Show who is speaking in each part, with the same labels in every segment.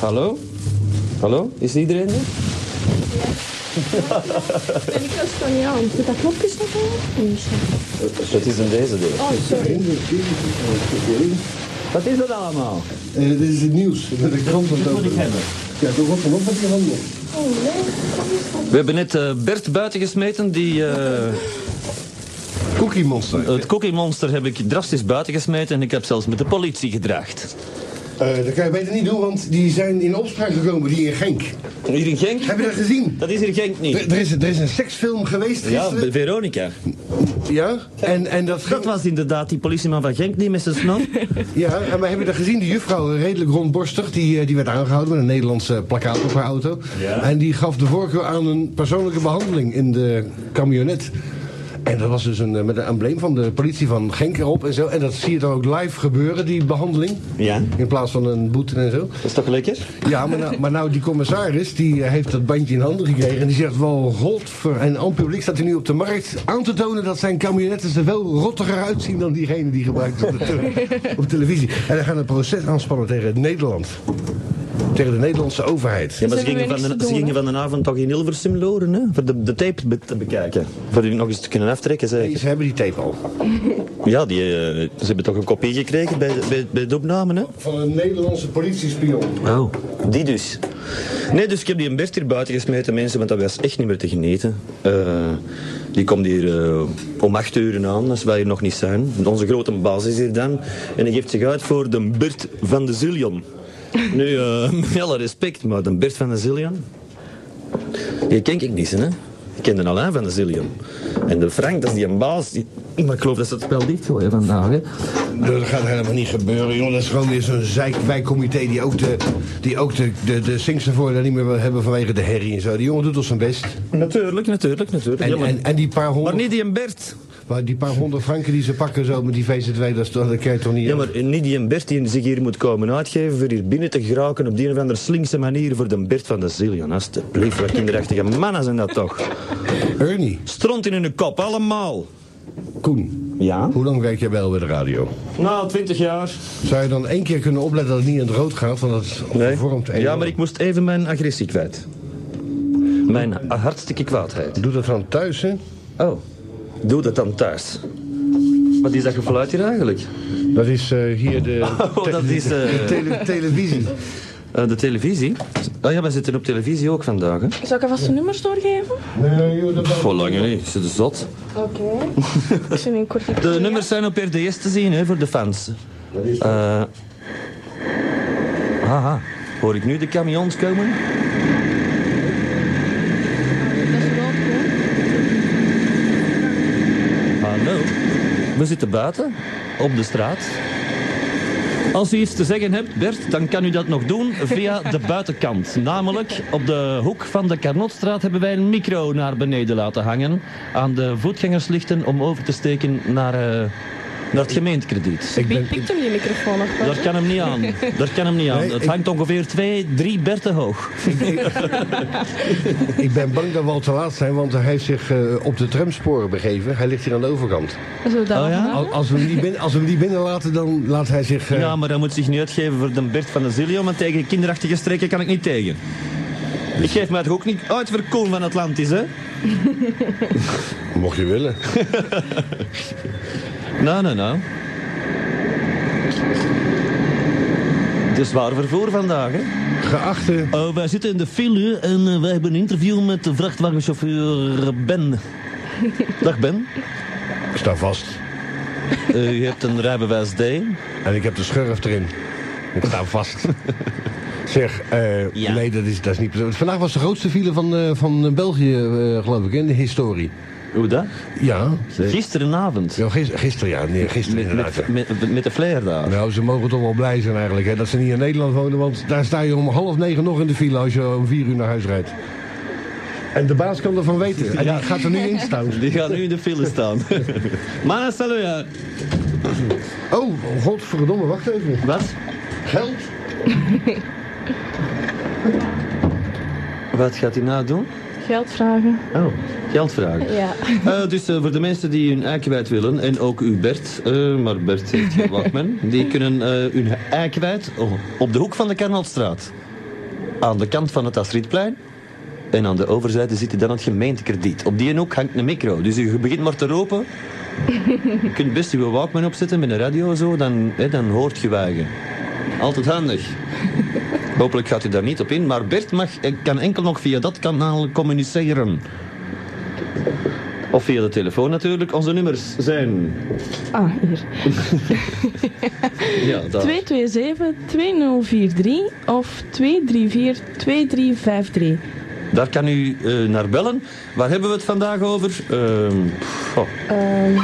Speaker 1: Hallo? Hallo? Is iedereen er?
Speaker 2: Ben ik dat van jou? Doet dat knopje nog aan? Nee, zo.
Speaker 1: Dat is een deze deur.
Speaker 2: Oh,
Speaker 3: Eh,
Speaker 2: sorry.
Speaker 1: Wat is dat allemaal?
Speaker 3: Eh, dit is het nieuws met de krant. Dat moet ik hebben. Ja, toch op en op met die handel.
Speaker 2: Oh, nee.
Speaker 1: We hebben net eh, Bert buiten gesmeten. Die, eh,
Speaker 3: Cookie Monster.
Speaker 1: het Cookie Monster heb ik drastisch buiten gesmeten en ik heb zelfs met de politie gedraagd.
Speaker 3: Eh, dat kan je beter niet doen, want die zijn in opspraak gekomen, die in Genk.
Speaker 1: Hier in Genk?
Speaker 3: Heb je dat gezien?
Speaker 1: Dat is hier Genk
Speaker 3: Er,
Speaker 1: niet.
Speaker 3: er is, er is een seksfilm geweest
Speaker 1: Ja,
Speaker 3: gisteren.
Speaker 1: Veronica.
Speaker 3: Ja, en, en dat,
Speaker 1: Dat
Speaker 3: ging-
Speaker 1: was inderdaad die politieman van Genk die met zijn snor.
Speaker 3: Ja, en maar heb je dat gezien? Die juffrouw, eh, redelijk rondborstig, die, eh, die werd aangehouden met een Nederlands eh, plakkaat op haar auto.
Speaker 1: Ja.
Speaker 3: En die gaf de voorkeur aan een persoonlijke behandeling in de camionet. En dat was dus een, eh, met een embleem van de politie van Genk erop en zo. En dat zie je dan ook live gebeuren, die behandeling.
Speaker 1: Ja.
Speaker 3: In plaats van een boete en zo.
Speaker 1: Dat is toch lekker?
Speaker 3: Ja, maar nou, maar nou die commissaris die eh, heeft dat bandje in handen gekregen. En die zegt wel godver. En aan het publiek staat hij nu op de markt aan te tonen dat zijn camionetten er wel rottiger uitzien dan diegene die gebruikt wordt op, de- op televisie. En dan gaan een proces aanspannen tegen Nederland. Tegen de Nederlandse overheid.
Speaker 1: Ja, maar ze
Speaker 2: hebben
Speaker 1: gingen,
Speaker 2: weer
Speaker 1: van
Speaker 2: niks
Speaker 1: de,
Speaker 2: te
Speaker 1: ze
Speaker 2: doen,
Speaker 1: gingen van de avond toch in Hilversum loren, hè? Voor de, de tape be- te bekijken. Voor die nog eens te kunnen aftrekken, zeker.
Speaker 3: Ze hebben die tape al.
Speaker 1: Ja, die, eh, ze hebben toch een kopie gekregen bij, de- bij, bij de opname, hè?
Speaker 3: Van een Nederlandse politiespion.
Speaker 1: Oh, die dus. Nee, dus ik heb die een best hier buiten gesmeten, mensen, want dat was echt niet meer te genieten. Eh, die komt hier eh, om acht uur aan, als wij hier nog niet zijn. Onze grote baas is hier dan. En die geeft zich uit voor de Bert van de Zillion. Nu, eh met alle respect, maar de Bert van de Zillion... Die ken ik niet, hè. Ik ken de Alain van de Zillion. En de Frank, dat is die een baas. die- Maar ik geloof dat ze het spel dicht gooien vandaag, hè.
Speaker 3: Dat gaat helemaal niet gebeuren, jongen. Dat is gewoon weer zo'n zeikwijkcomité die ook de, die ook de, de, de Sinkster voordeel niet meer wil hebben vanwege de herrie en zo. Die jongen doet ons zijn best.
Speaker 1: Natuurlijk, natuurlijk, natuurlijk.
Speaker 3: En, en, en die paar honderd...
Speaker 1: Maar niet die een Bert.
Speaker 3: Maar die paar honderd franken die ze pakken zo met die VZW, dat, is toch- dat kan je toch niet...
Speaker 1: Ja, maar niet die een Bert die zich hier moet komen uitgeven voor hier binnen te geraken op die een of andere slinkse manier voor de Bert van de Zillion. Alsjeblieft, wat kinderachtige mannen zijn dat toch.
Speaker 3: Ernie,
Speaker 1: Stront in hun kop, allemaal.
Speaker 3: Koen,
Speaker 1: Ja?
Speaker 3: hoe lang werk jij wel bij de radio?
Speaker 1: Nou, twintig jaar.
Speaker 3: Zou je dan één keer kunnen opletten dat het niet in het rood gaat? Want dat
Speaker 1: Nee.
Speaker 3: vormt een...
Speaker 1: Ja, maar ik moest even mijn agressie kwijt. Mijn hartstikke kwaadheid.
Speaker 3: Doe dat dan thuis, hè?
Speaker 1: Oh, doe dat dan thuis. Wat is dat gefluit hier eigenlijk?
Speaker 3: Dat is eh, hier de,
Speaker 1: Oh, dat is eh,
Speaker 3: tele- televisie.
Speaker 1: eh, de televisie. Oh ja, wij zitten op televisie ook vandaag. Hè?
Speaker 2: Zal ik alvast de nummers doorgeven?
Speaker 3: Nee, joh, dat
Speaker 1: Voor lang niet, ze de zot.
Speaker 2: Oké. Ik zit in kort.
Speaker 1: De nummers zijn op RDS te zien hè, voor de fans. Eh aha, hoor ik nu de camions komen?
Speaker 2: Dat is wel goed.
Speaker 1: Hallo, we zitten buiten, op de straat. Als u iets te zeggen hebt, Bert, dan kan u dat nog doen via de buitenkant. Namelijk, op de hoek van de Carnotstraat hebben wij een micro naar beneden laten hangen. Aan de voetgangerslichten om over te steken naar, eh, naar het gemeentekrediet.
Speaker 3: Ik ben,
Speaker 2: Pikt- Pikt hem die microfoon nog wel?
Speaker 1: Daar kan hem niet aan. Daar kan hem niet aan.
Speaker 3: Nee,
Speaker 1: Het
Speaker 3: ik-
Speaker 1: hangt ongeveer twee, drie Berten hoog.
Speaker 3: ik ben bang dat we al te laat zijn, want hij heeft zich eh, op de tramsporen begeven. Hij ligt hier aan de overkant.
Speaker 2: Zullen we dat
Speaker 1: Oh ja?
Speaker 2: nog doen?
Speaker 3: Al- Als we hem niet binnen, als we hem niet binnenlaten, dan laat hij zich... eh,
Speaker 1: Ja, maar dat moet zich niet uitgeven voor de Bert van de Zillion, want tegen kinderachtige streken kan ik niet tegen. Ik geef mij toch ook niet uit voor Koen van Atlantis, hè?
Speaker 3: Mocht je willen.
Speaker 1: Nou, nou, nou. Het is waar vervoer vandaag, hè?
Speaker 3: Geachte...
Speaker 1: Eh, wij zitten in de file en eh, wij hebben een interview met de vrachtwagenchauffeur eh, Ben. Dag Ben,
Speaker 3: Sta vast.
Speaker 1: Eh, u hebt een rijbewijs D.
Speaker 3: En ik heb de schurf erin. Ik sta vast. zeg, eh,
Speaker 1: Ja.
Speaker 3: nee, dat is, dat is niet... Vandaag was de grootste file van, eh, van België, eh, geloof ik, in de historie.
Speaker 1: Hoe dat?
Speaker 3: Ja.
Speaker 1: Gisterenavond.
Speaker 3: ja gis- gisteren, ja. Nee, gisteren
Speaker 1: Met,
Speaker 3: inderdaad.
Speaker 1: met, met, met de flair daar.
Speaker 3: Nou, ze mogen toch wel blij zijn eigenlijk, hè, dat ze niet in Nederland wonen. Want daar sta je om half negen nog in de file als je om vier uur naar huis rijdt. En de baas kan ervan weten. En
Speaker 1: Ja.
Speaker 3: die gaat er nu in staan.
Speaker 1: Die gaan nu in de file staan. Mannen, salut. ja.
Speaker 3: Oh, godverdomme, wacht even.
Speaker 1: Wat?
Speaker 3: Geld?
Speaker 1: Wat gaat hij nou doen?
Speaker 2: Geld vragen.
Speaker 1: Oh, geld vragen.
Speaker 2: Ja.
Speaker 1: Eh, dus eh, voor de mensen die hun ei kwijt willen, en ook u Bert, eh, maar Bert heeft geen wachtman, die kunnen eh, hun ei kwijt oh, op de hoek van de Kanaalstraat. aan de kant van het Astridplein. En aan de overzijde zit dan het gemeentekrediet. Op die hoek hangt een micro. Dus je begint maar te ropen. Je kunt best je Walkman opzetten met een radio en zo. Dan, hè, dan hoort je wagen. Altijd handig. Hopelijk gaat u daar niet op in. Maar Bert mag, eh, kan enkel nog via dat kanaal communiceren. Of via de telefoon natuurlijk. Onze nummers zijn...
Speaker 2: Ah, hier.
Speaker 1: Ja, daar.
Speaker 2: 227-2043 of 234-2353.
Speaker 1: Daar kan u eh, naar bellen. Waar hebben we het vandaag over? Ehm, goh.
Speaker 2: Ehm.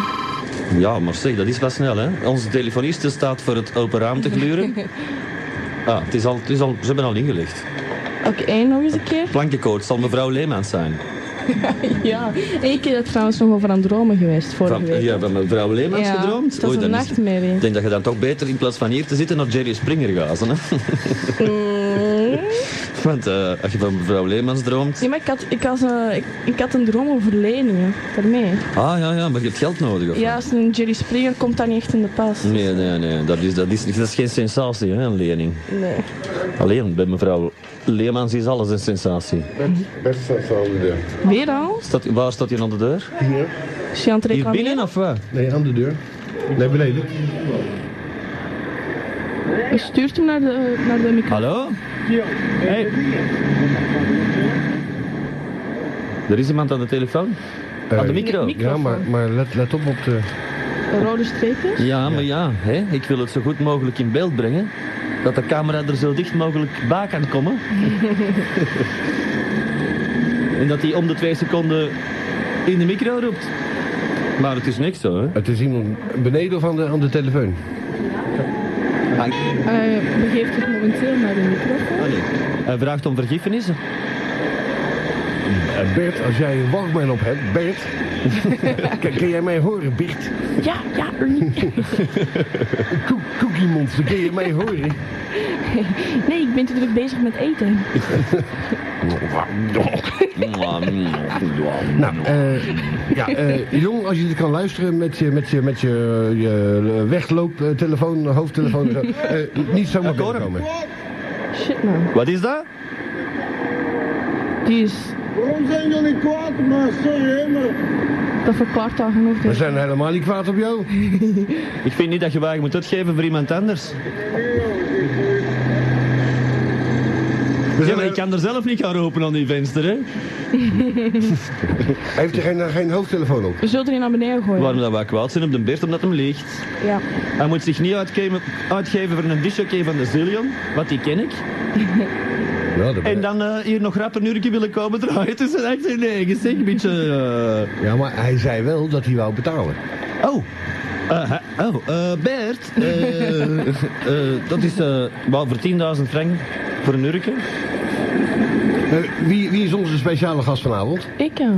Speaker 1: Ja, maar zeg, dat is wel snel, hè? Onze telefoniste staat voor het open raam te gluren. Ah, het is al, het is al, ze hebben al ingelegd.
Speaker 2: Oké, nog eens een keer.
Speaker 1: Plankenkoord zal mevrouw Leemans zijn.
Speaker 2: Ja. Eén keer dat trouwens nog over aan het dromen geweest, vorige
Speaker 1: Van,
Speaker 2: week.
Speaker 1: ja, van mevrouw Leemans
Speaker 2: Oh, Ja,
Speaker 1: gedroomd?
Speaker 2: het was een
Speaker 1: dan
Speaker 2: nachtmerrie.
Speaker 1: Ik denk dat je dan toch beter in plaats van hier te zitten naar Jerry Springer gaat. Hè?
Speaker 2: Mm.
Speaker 1: Want eh, als je van mevrouw Leemans droomt...
Speaker 2: Ja, maar ik had, ik, had, eh, ik, ik had een droom over leningen, daarmee.
Speaker 1: Ah, ja, ja, maar je hebt geld nodig. Of
Speaker 2: Ja, als een Jerry Springer komt dat niet echt in de pas.
Speaker 1: Nee, nee, nee. Dat is, dat is, dat is geen sensatie, hè, een lening.
Speaker 2: Nee.
Speaker 1: Alleen bij mevrouw Leemans is alles een sensatie.
Speaker 4: Best staat ze al in de
Speaker 2: Weer al?
Speaker 1: Staat, waar staat hij aan de deur?
Speaker 3: Hier.
Speaker 2: Is je aan
Speaker 1: Hier
Speaker 2: het reclameren?
Speaker 1: binnen of wat?
Speaker 3: Nee, aan de deur. Nee, beneden.
Speaker 2: Je stuurt hem naar de, naar de microfoon.
Speaker 1: Hallo? Hey. Er is iemand aan de telefoon? aan de micro?
Speaker 2: micro.
Speaker 3: Ja, maar, maar let, let op op de...
Speaker 2: Rode streepjes?
Speaker 1: Ja, maar ja, hè, ik wil het zo goed mogelijk in beeld brengen. Dat de camera er zo dicht mogelijk bij kan komen. en dat hij om de twee seconden in de micro roept. Maar het is niks zo, hè?
Speaker 3: Het is iemand beneden of aan de, aan de telefoon?
Speaker 2: Hij begeeft zich momenteel naar de microfoon.
Speaker 1: Ah, oh, nee. Hij vraagt om vergiffenis.
Speaker 3: Eh, Bert, als jij een Walkman op hebt, Bert, kan, kan jij mij horen, Bert?
Speaker 2: Ja, ja, Ernie.
Speaker 3: Koek, cookie monster, kan je mij horen?
Speaker 2: Nee, ik ben te druk bezig met eten.
Speaker 3: Nou, eh, ja, eh, jong, als je dit kan luisteren met je, met je, met je, je eh, weglooptelefoon, hoofdtelefoon, en zo, eh, niet zomaar
Speaker 1: Ik hoor hem.
Speaker 3: binnenkomen.
Speaker 2: Shit man.
Speaker 1: Wat is dat?
Speaker 2: Die is...
Speaker 4: Waarom zijn jullie kwaad? Maar sorry, hè, maar...
Speaker 2: Dat verklaart al genoeg.
Speaker 3: We
Speaker 2: denk ik.
Speaker 3: zijn helemaal niet kwaad op jou.
Speaker 1: Ik vind niet dat je wagen moet uitgeven voor iemand anders. Ja,
Speaker 3: We zijn
Speaker 1: maar ik
Speaker 3: he-
Speaker 1: kan er zelf niet gaan roepen aan die venster, hè?
Speaker 3: Heeft hij geen, eh, geen hoofdtelefoon op?
Speaker 2: We zullen er een naar beneden gooien.
Speaker 1: Waarom dat wij kwaad zijn op de Bert, omdat hem ligt.
Speaker 2: Ja.
Speaker 1: Hij moet zich niet uitgeven, uitgeven voor een disjockey van de Zillion, want die ken ik.
Speaker 3: Nou, dat-
Speaker 1: En dan eh, hier nog rap een uurtje willen komen draaien tussen 8 en 9. Zeg, een beetje... eh,
Speaker 3: Ja, maar hij zei wel dat hij wou betalen.
Speaker 1: Oh. Eh, hè- oh, eh, Bert, eh, eh, dat is eh wel voor 10.000 frank voor een urke.
Speaker 3: Eh, wie, wie is onze speciale gast vanavond?
Speaker 2: Ik ja.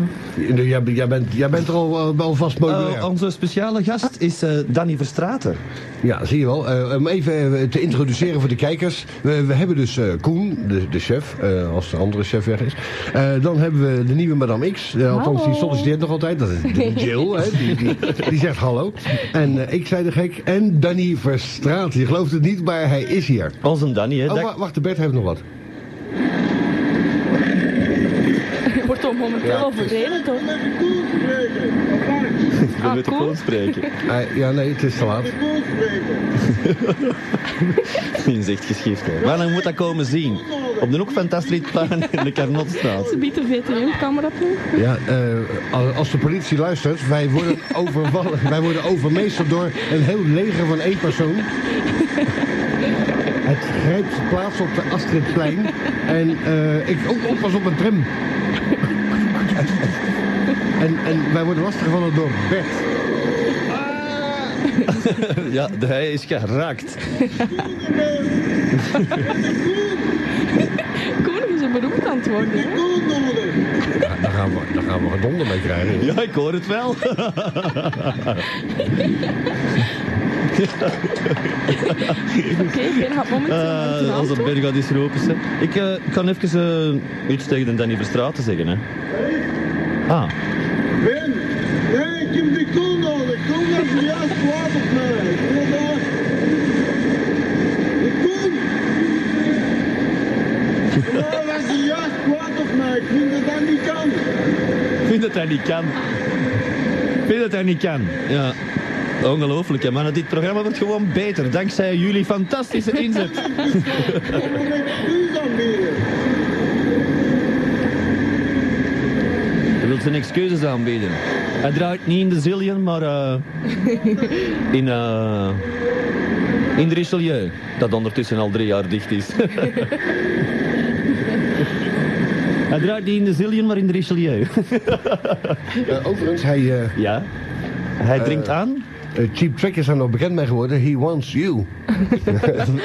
Speaker 3: Eh, Jij, jij, bent, jij bent er al, al- al vast
Speaker 1: Eh,
Speaker 3: populair.
Speaker 1: onze speciale gast is eh, Danny Verstraten.
Speaker 3: Ja, zie je wel. Eh, om even eh, te introduceren voor de kijkers. We, we hebben dus eh, Koen, de, de chef, eh, als de andere chef weg is. Eh, dan hebben we de nieuwe Madame X. Eh, althans,
Speaker 2: Hallo.
Speaker 3: die solliciteert nog altijd. Dat is de Jill, hè, die, die, die zegt hallo. En eh, ik zei de gek. En Danny Verstraat. Je gelooft het niet, maar hij is hier.
Speaker 1: Onze Danny, hè.
Speaker 3: Oh,
Speaker 1: dat-
Speaker 3: wa- wacht, de Bert heeft nog wat.
Speaker 2: Wordt toch momenteel
Speaker 3: Ja.
Speaker 2: overreden toch?
Speaker 4: Met de koel spreken.
Speaker 1: we
Speaker 2: Ah,
Speaker 1: moeten
Speaker 2: cool.
Speaker 1: gewoon spreken.
Speaker 3: Eh, ja, nee, het is te laat.
Speaker 4: Met de koel spreken.
Speaker 1: Die is echt geschift, hè. Maar dan moet dat komen zien. Op de hoek van Tastridplein in de Carnotstraat.
Speaker 2: Ze biedt de VTM-camera toe.
Speaker 3: Ja, eh, als- als de politie luistert, wij worden overvallen. Wij worden overmeesterd door een heel leger van één persoon. Het grijpt plaats op de Astridplein. En eh, ik ook oppas op een tram. En, en wij worden lastiggevallen door Bert.
Speaker 1: Ja, hij is geraakt.
Speaker 2: Koenig is een beroemd aan het worden. hè?
Speaker 4: Koel nodig.
Speaker 3: Ja, daar gaan we, daar gaan we gedonder mee krijgen.
Speaker 1: Ja, ik hoor het wel.
Speaker 2: Oké, ik ben momenteel aan het
Speaker 1: Eh, als dat
Speaker 2: antwoord.
Speaker 1: berg gaat is roepen. Ze. Ik eh, kan even eh, iets tegen de Danny Verstraten zeggen. Hè. Ah,
Speaker 4: Ben, nee, ik heb die koel nodig. Koel dat ze juist kwaad op mij. Inderdaad. De koel. Ja, maar ik vind dat dat niet kan.
Speaker 1: Ik vind dat hij niet kan. Ik vind dat hij niet kan. Ja. Ongelooflijk, hè, mannen. Dit programma wordt gewoon beter. Dankzij jullie fantastische inzet.
Speaker 4: Wat moet ik u dan bieden?
Speaker 1: Hij wil zijn excuses aanbieden. Hij draait niet in de zillion, maar eh, in, eh, in de Richelieu. Dat ondertussen al drie jaar dicht is. Hij draait niet in de zillion, maar in de Richelieu.
Speaker 3: Eh, overigens, hij, eh,
Speaker 1: ja. Hij drinkt aan.
Speaker 3: eh, Cheap Trick is daar nog bekend mee geworden. He wants you.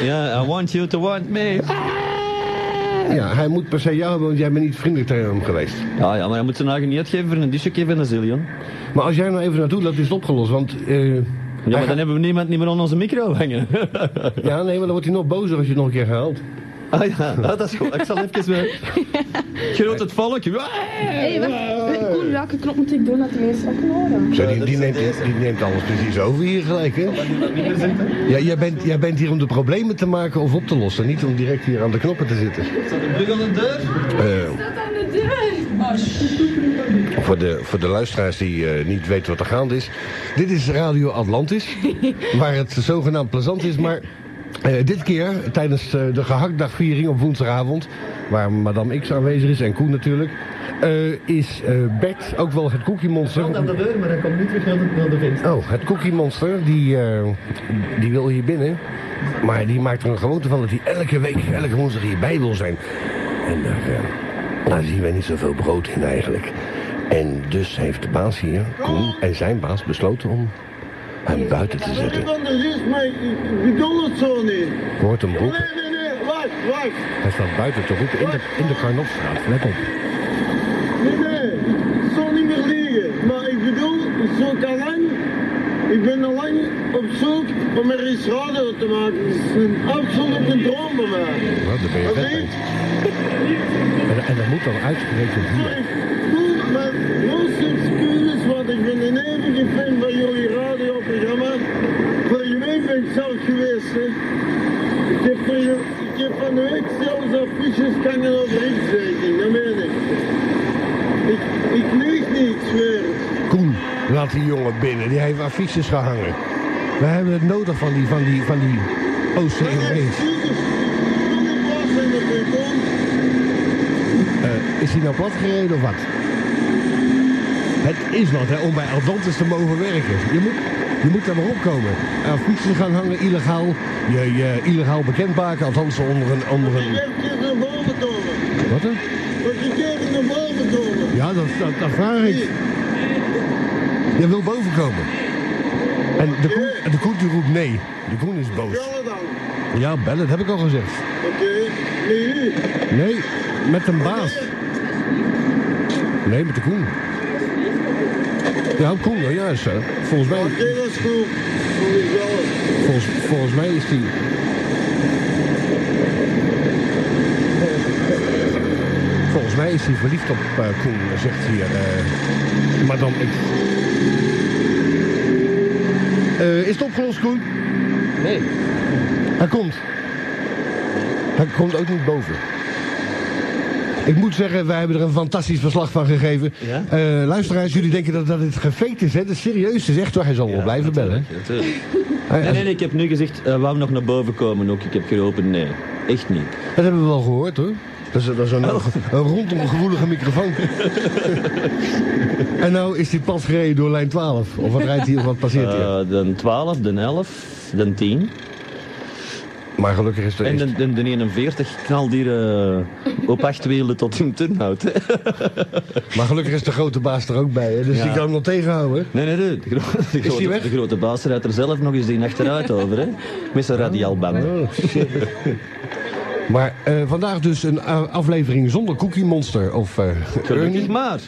Speaker 1: Ja, I want you to want me.
Speaker 3: Ja, hij moet per se jou hebben, want jij bent niet vriendelijk tegen hem geweest.
Speaker 1: Ah, Ja, ja, maar hij moet zijn eigen niet uitgeven voor een disje geven en een zillion.
Speaker 3: Maar als jij nou even naartoe loopt, is het opgelost. Want, eh,
Speaker 1: Ja, maar dan hebben we niemand niet meer aan onze micro hangen.
Speaker 3: ja, nee, maar dan wordt hij nog bozer als je het nog een keer haalt.
Speaker 1: Ah ja, ah, dat is goed. Ik zal even... weer- Groot het volk.
Speaker 2: Hé, wacht. Koen, welke knop moet ik doen dat de mensen ook horen?
Speaker 3: Zo, die,
Speaker 5: dat
Speaker 3: die,
Speaker 5: is
Speaker 3: neemt,
Speaker 5: deze.
Speaker 3: die neemt alles precies over hier gelijk, hè? Ja, jij, bent, jij bent hier om de problemen te maken of op te lossen, niet om direct hier aan de knoppen te zitten.
Speaker 1: Brug aan de deur.
Speaker 3: Eh,
Speaker 2: Dat aan de deur! Oh,
Speaker 3: Voor de, voor de luisteraars die eh, niet weten wat er gaande is. Dit is Radio Atlantis, waar het zogenaamd plezant is. Maar eh, dit keer, tijdens eh, de gehaktdagviering op woensdagavond... waar madame X aanwezig is en Koen natuurlijk... eh, is eh, Bert, ook wel het Cookie Monster...
Speaker 1: de deur, maar hij komt niet terug naar de, naar de venster.
Speaker 3: Oh, het Cookie Monster, die, eh, die wil hier binnen. Maar die maakt er een gewoonte van dat hij elke week, elke woensdag hierbij wil zijn. En daar, eh, daar zien wij niet zoveel brood in eigenlijk. En dus heeft de baas hier, Koen, en zijn baas besloten om hem buiten te
Speaker 4: Weet
Speaker 3: zetten.
Speaker 4: je wat dat is? Maar ik, ik bedoel het zo niet.
Speaker 3: Er hoort een broek,
Speaker 4: Nee, nee, nee, wacht, wacht.
Speaker 3: hij staat buiten te roepen in de, in de Karnofstraat. Let op.
Speaker 4: Nee, nee, het zal niet meer liggen. Maar ik bedoel, zo kan lang. Ik ben al lang op zoek om er eens radio te maken. Het is een absolute droom bij mij.
Speaker 3: Nou, daar ben je
Speaker 4: Wat
Speaker 3: vet mee.
Speaker 4: weet ik?
Speaker 3: En, en dat moet dan uitgerekend hier.
Speaker 4: Goed, mijn grootste excuses, want ik ben een eeuwige fan van jullie radioprogramma. Vorige week ben ik zelf geweest, hè. Ik heb, van je- ik heb van de week zelfs affiches hangen over X-rating, dat meen ik. Ik, ik lieg niet, ik zweer het.
Speaker 3: Koen, laat die jongen binnen. Die heeft affiches gehangen. We hebben het nodig van die, van die, van die OCMW's. Eh, is hij nou platgereden of wat? Het is wat, hè, om bij Atlantis te mogen werken. Je moet, je moet daar maar opkomen. Aan fietsen gaan hangen, illegaal. Je, je illegaal bekend maken, althans onder een... Onder een wat dan? Ja, dat, dat, dat vraag ik. Je wil boven komen. En de koen, en de koen die roept nee. De koen is boos. Ja, bellen, dat heb ik al gezegd. Nee, met een baas. Nee, met de Koen. Ja, Koen, nou juist. Hè. Volgens mij, volgens, volgens mij is die... Volgens mij is hij verliefd op eh, Koen, zegt hier eh, madame X. Eh, is het opgelost, Koen?
Speaker 1: Nee.
Speaker 3: Hij komt. Hij komt ook niet boven. Ik moet zeggen, wij hebben er een fantastisch verslag van gegeven.
Speaker 1: Ja?
Speaker 3: Eh, luisteraars, jullie denken dat, dat het gefaked is, hè? Dat is serieus, het is echt waar. Hij zal wel blijven bellen.
Speaker 1: Ja, tuurlijk.
Speaker 3: Hij-
Speaker 1: Nee,
Speaker 3: hij-
Speaker 1: nee, nee, ik heb nu gezegd, eh wou nog naar boven komen ook. Ik heb geroepen, nee. Oh. Echt niet.
Speaker 3: Dat hebben we wel gehoord, hoor. Dat is, dat is een, een rondom gevoelige microfoon. en nou is die pas gereden door lijn 12. Of wat rijdt hij of wat passeert hij?
Speaker 1: Eh de 12, de 11, de 10
Speaker 3: maar gelukkig is er...
Speaker 1: en
Speaker 3: is-
Speaker 1: de, de, de 41 knal die eh, op acht wielen tot hun turnhout. hè.
Speaker 3: Maar gelukkig is de grote baas er ook bij, hè? Dus
Speaker 1: Ja.
Speaker 3: die kan hem nog tegenhouden.
Speaker 1: Nee, nee, nee. De, gro- de, grote,
Speaker 3: weg?
Speaker 1: de grote baas rijdt er zelf nog eens die achteruit over, hè? Met zijn radiaalbanden.
Speaker 3: Oh, shit. maar eh, vandaag dus een a- aflevering zonder Cookie Monster of eh
Speaker 1: Gelukkig
Speaker 3: Ernie.
Speaker 1: maar.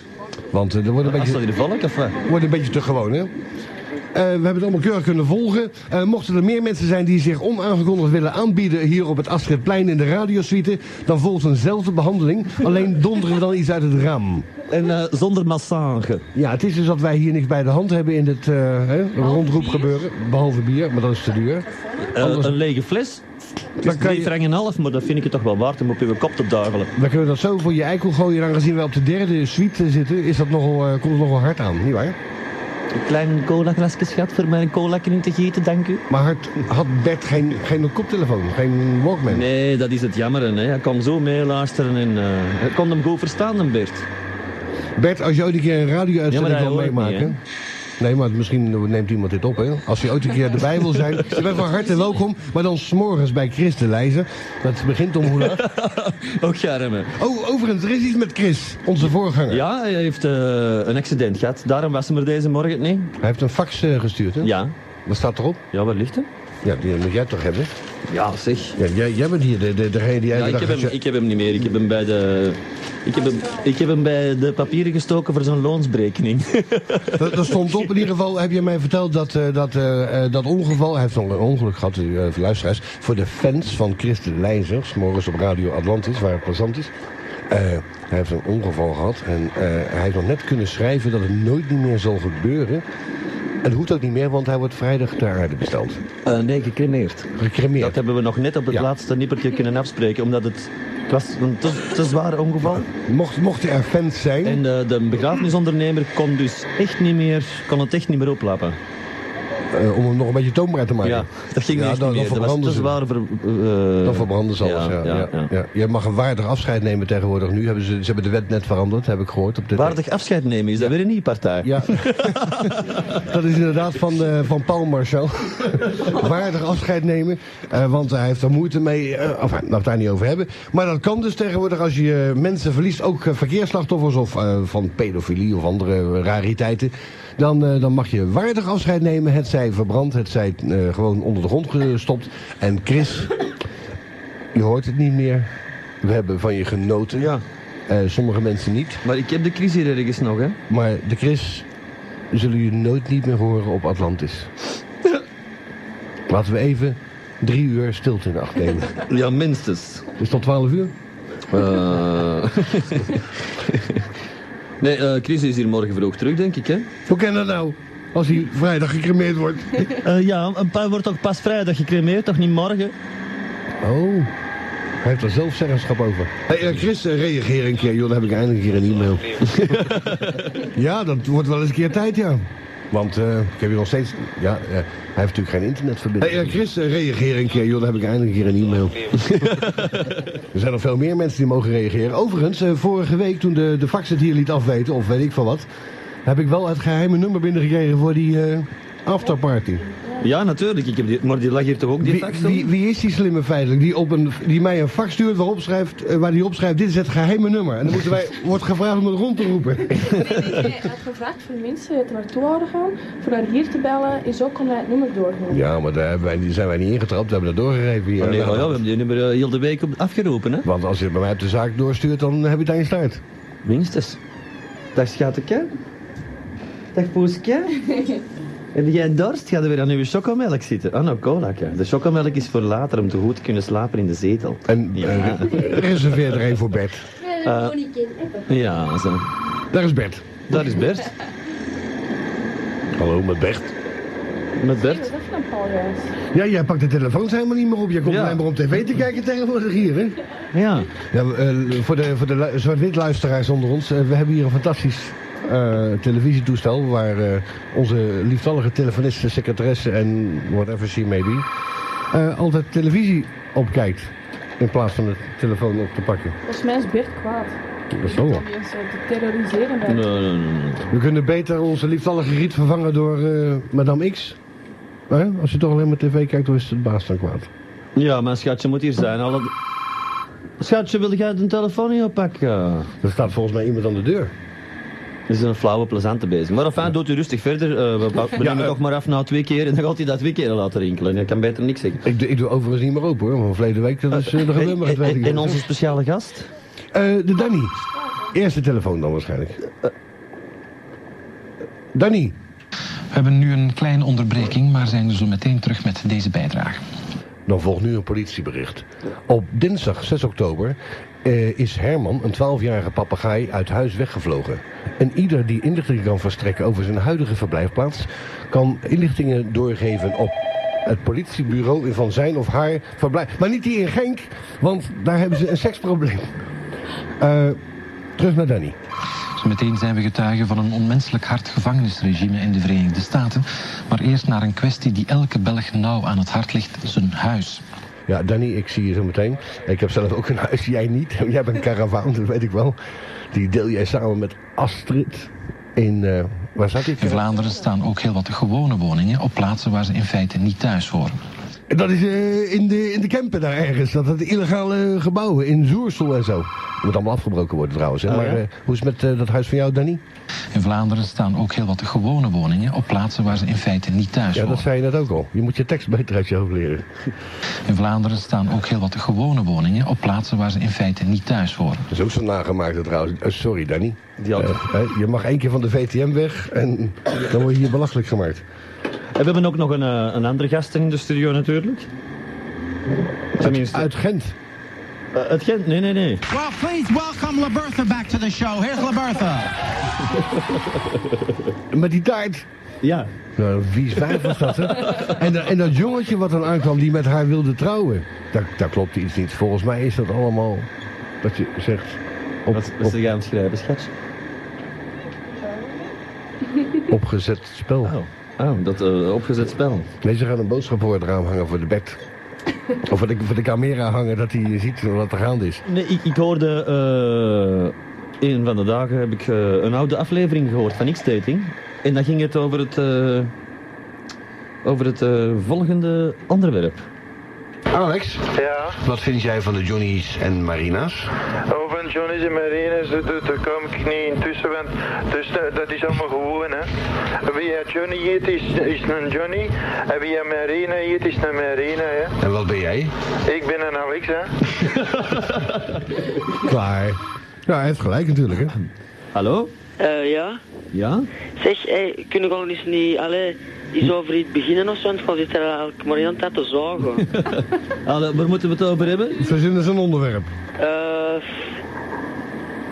Speaker 3: Want eh, er wordt een
Speaker 1: Als
Speaker 3: beetje,
Speaker 1: dat in de valk of wat?
Speaker 3: wordt een beetje te gewoon, hè? Eh, we hebben het allemaal keurig kunnen volgen. Eh, mochten er meer mensen zijn die zich onaangekondigd willen aanbieden hier op het Astridplein in de radiosuite, dan volgt eenzelfde behandeling. Alleen donderen we dan iets uit het raam.
Speaker 1: En eh, zonder massage.
Speaker 3: Ja, het is dus dat wij hier niks bij de hand hebben in het eh, hè, rondroep gebeuren. Behalve bier, maar dat is te duur.
Speaker 1: Eh, een lege fles. Het is
Speaker 3: Dan kan je-
Speaker 1: liter en een half, maar dat vind ik het toch wel waard om op uw kop te duivelen.
Speaker 3: Dan kunnen we dat zo voor je eikel gooien. En aangezien wij op de derde suite zitten, is dat nogal, eh, komt het nogal hard aan, nietwaar?
Speaker 1: Een klein colaglasje schat voor mijn cola in te gieten, dank u.
Speaker 3: Maar hard, had Bert geen, geen koptelefoon, geen Walkman?
Speaker 1: Nee, dat is het jammer. Hè. Hij kon zo meeluisteren en eh hij kon hem goed verstaan, dan Bert.
Speaker 3: Bert, als je ooit een keer een radio-uitzending
Speaker 1: Ja, maar hij
Speaker 3: wil
Speaker 1: hoort
Speaker 3: meemaken.
Speaker 1: niet,
Speaker 3: nee, maar misschien neemt iemand dit op, hè? Als je ooit een keer erbij wil zijn. Je bent van harte welkom, maar dan s'morgens bij Chris te lijzen. Dat begint om hoe laat?
Speaker 1: Ook Jarme.
Speaker 3: Oh, overigens, er is iets met Chris, onze voorganger.
Speaker 1: Ja, hij heeft eh, een accident gehad. Daarom was hem er deze morgen niet.
Speaker 3: Hij heeft een fax eh, gestuurd, hè?
Speaker 1: Ja.
Speaker 3: Wat staat erop?
Speaker 1: Ja, waar ligt hem?
Speaker 3: Ja, die moet jij toch hebben?
Speaker 1: Ja, zeg.
Speaker 3: Ja, jij, jij bent hier de, de, degene die
Speaker 1: Ja,
Speaker 3: elke
Speaker 1: ik,
Speaker 3: dag...
Speaker 1: heb hem,
Speaker 3: het-
Speaker 1: ik heb hem niet meer. Ik heb hem bij de, ik heb hem, ik heb hem bij de papieren gestoken voor zijn loonsberekening.
Speaker 3: Dat, dat stond op. In ieder geval heb je mij verteld dat eh, dat, eh, eh, dat ongeval... Hij heeft nog een ongeluk gehad, eh, voor luisteraars. Voor de fans van Christen Leijzers, morgens op Radio Atlantis, waar het plezant is. eh, hij heeft een ongeval gehad en eh, hij heeft nog net kunnen schrijven dat het nooit niet meer zal gebeuren. En dat hoeft ook niet meer, want hij wordt vrijdag ter aarde besteld.
Speaker 1: Eh, nee, gecremeerd. Dat
Speaker 3: Gecremeerd.
Speaker 1: hebben we nog net op het
Speaker 3: Ja.
Speaker 1: laatste nippertje kunnen afspreken, omdat het, het was een te, te zwaar ongeval.
Speaker 3: Mocht, mochten er fans zijn...
Speaker 1: En de, de begrafenisondernemer kon dus echt niet meer, kon het echt niet meer oplappen.
Speaker 3: eh, om hem nog een beetje toonbaar te maken.
Speaker 1: Ah, Ja, dat ging
Speaker 3: Ja,
Speaker 1: echt
Speaker 3: dan-
Speaker 1: niet meer.
Speaker 3: dan
Speaker 1: Dat was te
Speaker 3: verbranden
Speaker 1: zwaar voor... eh,
Speaker 3: Dan verbranden ze alles, ja. ja,
Speaker 1: ja.
Speaker 3: ja. Je mag een waardig afscheid nemen tegenwoordig nu. Hebben ze, ze hebben de wet net veranderd, heb ik gehoord. Op de
Speaker 1: Waardig afscheid nemen, is dat weer een nieuwe partij?
Speaker 3: Ja. dat is inderdaad van, eh, van Paul Marcel. Waardig afscheid nemen. eh, want hij heeft er moeite mee. eh enfin, laten we het daar niet over hebben. Maar dat kan dus tegenwoordig als je eh, mensen verliest. Ook eh, verkeersslachtoffers of eh, van pedofilie of andere rariteiten. Dan, eh, dan mag je waardig afscheid nemen. Het zij verbrand, het zij eh, gewoon onder de grond gestopt. En Chris, je hoort het niet meer. We hebben van je genoten.
Speaker 1: Ja.
Speaker 3: Eh, sommige mensen niet.
Speaker 1: Maar ik heb de crisis hier ergens nog, hè.
Speaker 3: Maar de Chris zullen jullie nooit niet meer horen op Atlantis. Laten we even drie uur stilte in acht nemen.
Speaker 1: Ja, minstens.
Speaker 3: Is tot twaalf uur?
Speaker 1: Eh, nee, eh Chris is hier morgen vroeg terug, denk ik, hè?
Speaker 3: Hoe kan dat nou? Als hij vrijdag gecremeerd wordt.
Speaker 1: Eh, ja, een pa wordt toch pas vrijdag gecremeerd, toch niet morgen?
Speaker 3: Oh, hij heeft er zelf zeggenschap over. Hey, eh, Chris, eh, reageer een keer. Joh, dan heb ik eindelijk een keer een e-mail. ja, dat wordt wel eens een keer tijd, ja. Want eh, ik heb hier nog steeds... Ja, eh, hij heeft natuurlijk geen internetverbinding. Hey, eh, Chris, eh, reageer een keer. Joh, dan heb ik eindelijk een keer een e-mail. Er zijn nog veel meer mensen die mogen reageren. Overigens, eh, vorige week toen de, de fax het hier liet afweten, of weet ik van wat... heb ik wel het geheime nummer binnengekregen voor die eh afterparty.
Speaker 1: Ja, natuurlijk. Ik heb die, maar die lag hier toch ook, die
Speaker 3: Wie,
Speaker 1: fax dan?
Speaker 3: wie, wie is die slimme feitelijk die, op een, die mij een fax stuurt waarop schrijft, eh, waar die opschrijft dit is het geheime nummer. En dan moeten wij, wordt gevraagd om het rond te roepen.
Speaker 2: Nee, nee, hij had gevraagd voor mensen die er naartoe zouden gaan, voor naar hier te bellen, en zo kon hij het eh, nummer doorgaan.
Speaker 3: Ja, maar daar hebben wij, die zijn wij niet ingetrapt, we hebben dat doorgegeven hier.
Speaker 1: Oh, nee, oh, ja, we hebben die nummer eh, heel de week op, afgeroepen, hè?
Speaker 3: Want als je het bij mij op de zaak doorstuurt, dan heb je het aan je staart.
Speaker 1: Minstens. Dag schatje. Dag poesje. Heb jij dorst? Ga er weer aan uw chocomelk zitten. Ah, nou, cola. ja. De chocomelk is voor later om te goed te kunnen slapen in de zetel.
Speaker 3: En
Speaker 1: Ja.
Speaker 3: eh, reserveer er een voor Bert.
Speaker 1: Eh, ja, zo.
Speaker 3: Daar is Bert.
Speaker 1: Dat is Bert.
Speaker 3: Hallo, met Bert.
Speaker 1: Met
Speaker 2: Dat is
Speaker 1: Bert.
Speaker 2: van Paul juist.
Speaker 3: Ja, jij pakt de telefoons helemaal niet meer op. Jij komt
Speaker 1: Ja.
Speaker 3: alleen maar op tv te kijken tegenwoordig hier, hè?
Speaker 1: Ja.
Speaker 3: Ja, eh, voor de, voor de lu- zwart-wit luisteraars onder ons, eh, we hebben hier een fantastisch eh, televisietoestel waar eh, onze lieftallige telefonisten, secretaresse en whatever she may be, eh, altijd televisie op kijkt. In plaats van de telefoon op te pakken.
Speaker 2: Volgens mij is Bert kwaad.
Speaker 3: Dat is wel wat.
Speaker 2: Om je zo te terroriseren bij
Speaker 1: Nee, nee, nee, nee.
Speaker 3: We kunnen beter onze lieftallige riet vervangen door eh, Madame X. Hè? als je toch alleen maar tv kijkt, dan is het baas dan kwaad.
Speaker 1: Ja, mijn schatje moet hier zijn. Alle... Schatje, wil jij de telefoon niet oppakken?
Speaker 3: Er staat volgens mij iemand aan de deur.
Speaker 1: Dit is een flauwe plezante bezig. Maar enfin, doet u rustig verder. Eh, we we nemen
Speaker 3: eh.
Speaker 1: toch maar af na twee keer en dan gaat hij dat twee keer laten rinkelen. Ik kan beter niks zeggen.
Speaker 3: Ik, doe- ik doe overigens niet meer open hoor, want verleden week dat is eh, de
Speaker 1: En,
Speaker 3: gebeurd, maar dat weet ik
Speaker 1: en- en
Speaker 3: niet.
Speaker 1: onze speciale gast?
Speaker 3: Eh, de Danny. Eerste telefoon dan waarschijnlijk. Eh, Danny.
Speaker 6: We hebben nu een kleine onderbreking, maar zijn er zo meteen terug met deze bijdrage.
Speaker 3: Dan volgt nu een politiebericht. Op dinsdag 6 oktober eh, is Herman, een 12-jarige papegaai, uit huis weggevlogen. En ieder die inlichtingen kan verstrekken over zijn huidige verblijfplaats, kan inlichtingen doorgeven op het politiebureau van zijn of haar verblijf. Maar niet die in Genk, want daar hebben ze een seksprobleem. Eh, terug naar Danny.
Speaker 6: Zometeen zijn we getuigen van een onmenselijk hard gevangenisregime in de Verenigde Staten. Maar eerst naar een kwestie die elke Belg nauw aan het hart ligt, zijn huis.
Speaker 3: Ja, Danny, ik zie je zo meteen. Ik heb zelf ook een huis, jij niet. Jij hebt een karavaan, dat weet ik wel. Die deel jij samen met Astrid in... eh, waar zat ik?
Speaker 6: In Vlaanderen staan ook heel wat gewone woningen op plaatsen waar ze in feite niet thuis horen.
Speaker 3: Dat is eh, in, de, in de Kempen daar ergens. Dat dat illegale gebouwen in Zoersel en zo. Dat moet allemaal afgebroken worden trouwens. Hè? maar eh, hoe is het met eh, dat huis van jou, Danny?
Speaker 6: In Vlaanderen staan ook heel wat gewone woningen op plaatsen waar ze in feite niet thuis
Speaker 3: Ja,
Speaker 6: horen.
Speaker 3: dat zei je net ook al. Je moet je tekst beter uit je hoofd leren.
Speaker 6: In Vlaanderen staan ook heel wat gewone woningen op plaatsen waar ze in feite niet thuis horen.
Speaker 3: Dat is ook zo nagemaakt trouwens. Eh, sorry, Danny.
Speaker 1: Die had-
Speaker 3: Eh, hè, je mag één keer van de VTM weg en dan word je hier belachelijk gemaakt.
Speaker 1: En we hebben ook nog een, eh, een andere gast in de studio natuurlijk. Tenminste,
Speaker 3: Uit Gent.
Speaker 1: eh, het Gent. Nee, nee, nee.
Speaker 7: Well, please welcome Libertha back to the show. Here's Libertha.
Speaker 3: Met die taart.
Speaker 1: Ja.
Speaker 3: Nou, wie wijf was dat, hè? En, dat- en dat jongetje wat dan aankwam, die met haar wilde trouwen. Daar, daar klopt iets niet. Volgens mij is dat allemaal dat je zegt... Op,
Speaker 1: Wat,
Speaker 3: op-
Speaker 1: wat is jij aan het schrijven, schat?
Speaker 3: opgezet spel.
Speaker 1: Oh. Oh, dat eh, opgezet spel.
Speaker 3: Nee, ze gaan een boodschap voor het raam hangen voor de bed. Of voor de, voor de camera hangen, dat hij ziet wat er gaande is.
Speaker 1: Nee, ik, ik hoorde... eh een van de dagen heb ik eh, een oude aflevering gehoord van X-Dating. En dan ging het over het... eh, over het eh, volgende onderwerp.
Speaker 3: Alex,
Speaker 8: Ja,
Speaker 3: wat vind jij van de Johnny's en Marina's?
Speaker 8: over Johnny's en Marines, daar daar- daar kom ik niet intussen, want dus, eh, dat is allemaal gewoon, hè. Wie een Johnny eet, is, is een Johnny. En wie een Marina eet, is een Marina, hè.
Speaker 3: En wat ben jij?
Speaker 8: Ik ben een Alex, hè.
Speaker 3: Klaar. Ja, hij heeft gelijk natuurlijk, hè?
Speaker 1: Hallo?
Speaker 9: Eh, ja.
Speaker 1: Ja?
Speaker 9: Zeg, hey, kunnen we gewoon eens niet allee, iets over iets beginnen of zo? Want we zitten er elke morgen aan te zorgen.
Speaker 1: Hallo, waar moeten we het over hebben?
Speaker 3: Verzinnen ze een onderwerp.
Speaker 9: Eh,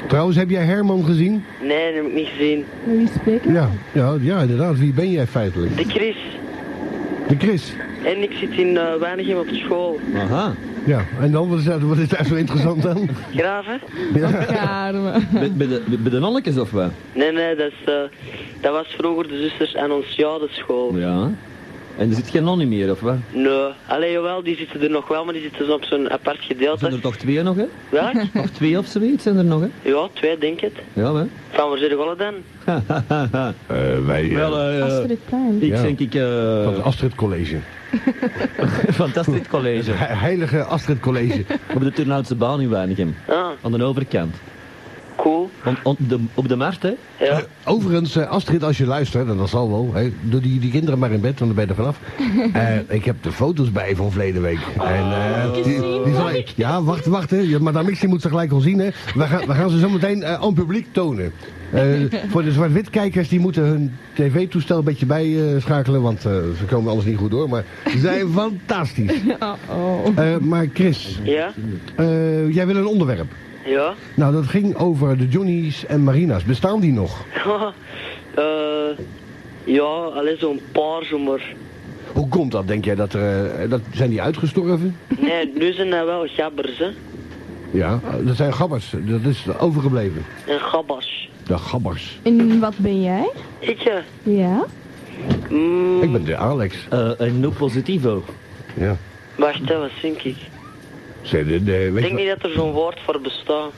Speaker 3: Trouwens, heb jij Herman gezien?
Speaker 9: nee, dat heb ik niet gezien.
Speaker 10: Met wie spreken?
Speaker 3: Ja. Ja, ja inderdaad. Wie ben jij feitelijk?
Speaker 9: De Chris.
Speaker 3: De Chris.
Speaker 9: En ik zit in eh Weinigem op school.
Speaker 1: Aha.
Speaker 3: Ja, en dan, wat is daar, wat is daar zo interessant aan?
Speaker 9: Graaf, hè?
Speaker 2: Ja,
Speaker 1: Bij bij de, bij de nonnetjes of wat?
Speaker 9: Nee, nee, dat, is, eh, dat was vroeger de zusters aan ons jadenschool. Nee.
Speaker 1: Ja. En er zit geen nonnie meer of wat?
Speaker 9: Allee, jawel, die zitten er nog wel, maar die zitten zo op zo'n apart
Speaker 1: Zijn er
Speaker 9: gedeelte.
Speaker 1: toch twee nog, hè?
Speaker 9: Welk?
Speaker 1: Nog twee of zoiets zijn er nog, hè?
Speaker 9: Ja, twee, denk het.
Speaker 1: Ja, hè?
Speaker 9: Van waar zijn de gollen dan?
Speaker 3: wij...
Speaker 1: Wel, eh,
Speaker 10: Astrid Klein.
Speaker 1: ik
Speaker 3: Ja.
Speaker 1: denk ik... eh,
Speaker 3: van het Astrid College.
Speaker 1: fantastisch college.
Speaker 3: He- Heilige Astrid College.
Speaker 1: Op de Turnhoutse baan in Weinigem.
Speaker 9: Ah,
Speaker 1: Aan de overkant.
Speaker 9: cool.
Speaker 1: On- on- de, op de markt, hè?
Speaker 9: Ja.
Speaker 3: Overigens, eh, Astrid, als je luistert, en dat zal wel, hè, doe die, die kinderen maar in bed, want dan ben je er vanaf. Eh, ik heb de foto's bij van verleden week. en,
Speaker 2: Oh,
Speaker 3: eh, die, die zal ik, ja, wacht, wacht, hè. Ja, Madame Mixie moet ze gelijk al zien. Hè. We, gaan, we gaan ze zo meteen eh, aan het publiek tonen. Eh, voor de zwart-wit kijkers, die moeten hun tv-toestel een beetje bijschakelen, want eh, ze komen anders niet goed door. Maar ze zijn fantastisch.
Speaker 2: oh.
Speaker 3: Eh, maar Chris,
Speaker 9: Ja?
Speaker 3: eh, jij wil een onderwerp.
Speaker 9: Ja?
Speaker 3: Nou, dat ging over de Johnny's en Marina's. Bestaan die nog?
Speaker 9: Eh, ja, alleen zo'n paar zomaar.
Speaker 3: Hoe komt dat, denk jij? Dat er, eh, dat, zijn die uitgestorven?
Speaker 9: Nee, nu zijn dat wel gabbers, hè.
Speaker 3: Ja, Eh, dat zijn gabbers. Dat is overgebleven.
Speaker 9: En gabbers.
Speaker 3: De gabbers.
Speaker 2: En wat ben jij?
Speaker 9: Ik, eh,
Speaker 2: Ja.
Speaker 9: mm,
Speaker 3: Ik ben de Alex.
Speaker 1: Eh en no positivo.
Speaker 3: Ja.
Speaker 9: wacht, hè, wat denk ik?
Speaker 3: Zij de, de, weet je
Speaker 9: Ik denk
Speaker 3: wat-
Speaker 9: niet dat er zo'n woord voor bestaat.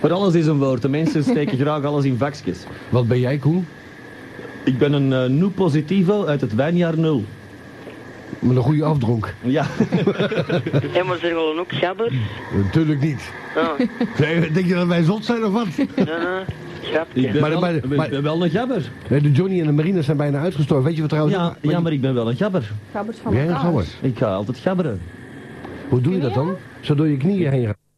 Speaker 1: Voor alles is een woord. De mensen steken graag alles in vakjes.
Speaker 3: wat ben jij, Koen?
Speaker 1: Ik ben een eh no positivo uit het wijnjaar 0.
Speaker 3: Met een goede afdronk.
Speaker 1: Ja.
Speaker 9: Hé, maar zijn gewoon ook gabbers?
Speaker 3: Natuurlijk niet.
Speaker 9: Ah,
Speaker 3: Nee, denk je dat wij zot zijn of wat?
Speaker 9: nee, nee, grapje.
Speaker 1: Ik ben,
Speaker 3: Maar-
Speaker 1: wel,
Speaker 3: maar-
Speaker 1: ik ben-
Speaker 3: maar-
Speaker 1: ben wel een gabber.
Speaker 3: Nee, de Johnny en de Marina zijn bijna uitgestorven. Weet je wat trouwens?
Speaker 1: Ja, ja, maar ik ben wel een gabber.
Speaker 10: Gabbert van
Speaker 3: Ben jij een
Speaker 10: elkaar.
Speaker 3: gabber?
Speaker 1: Ik ga altijd gabberen.
Speaker 3: Hoe doe je dat dan? Zo door je knieën heen gaan.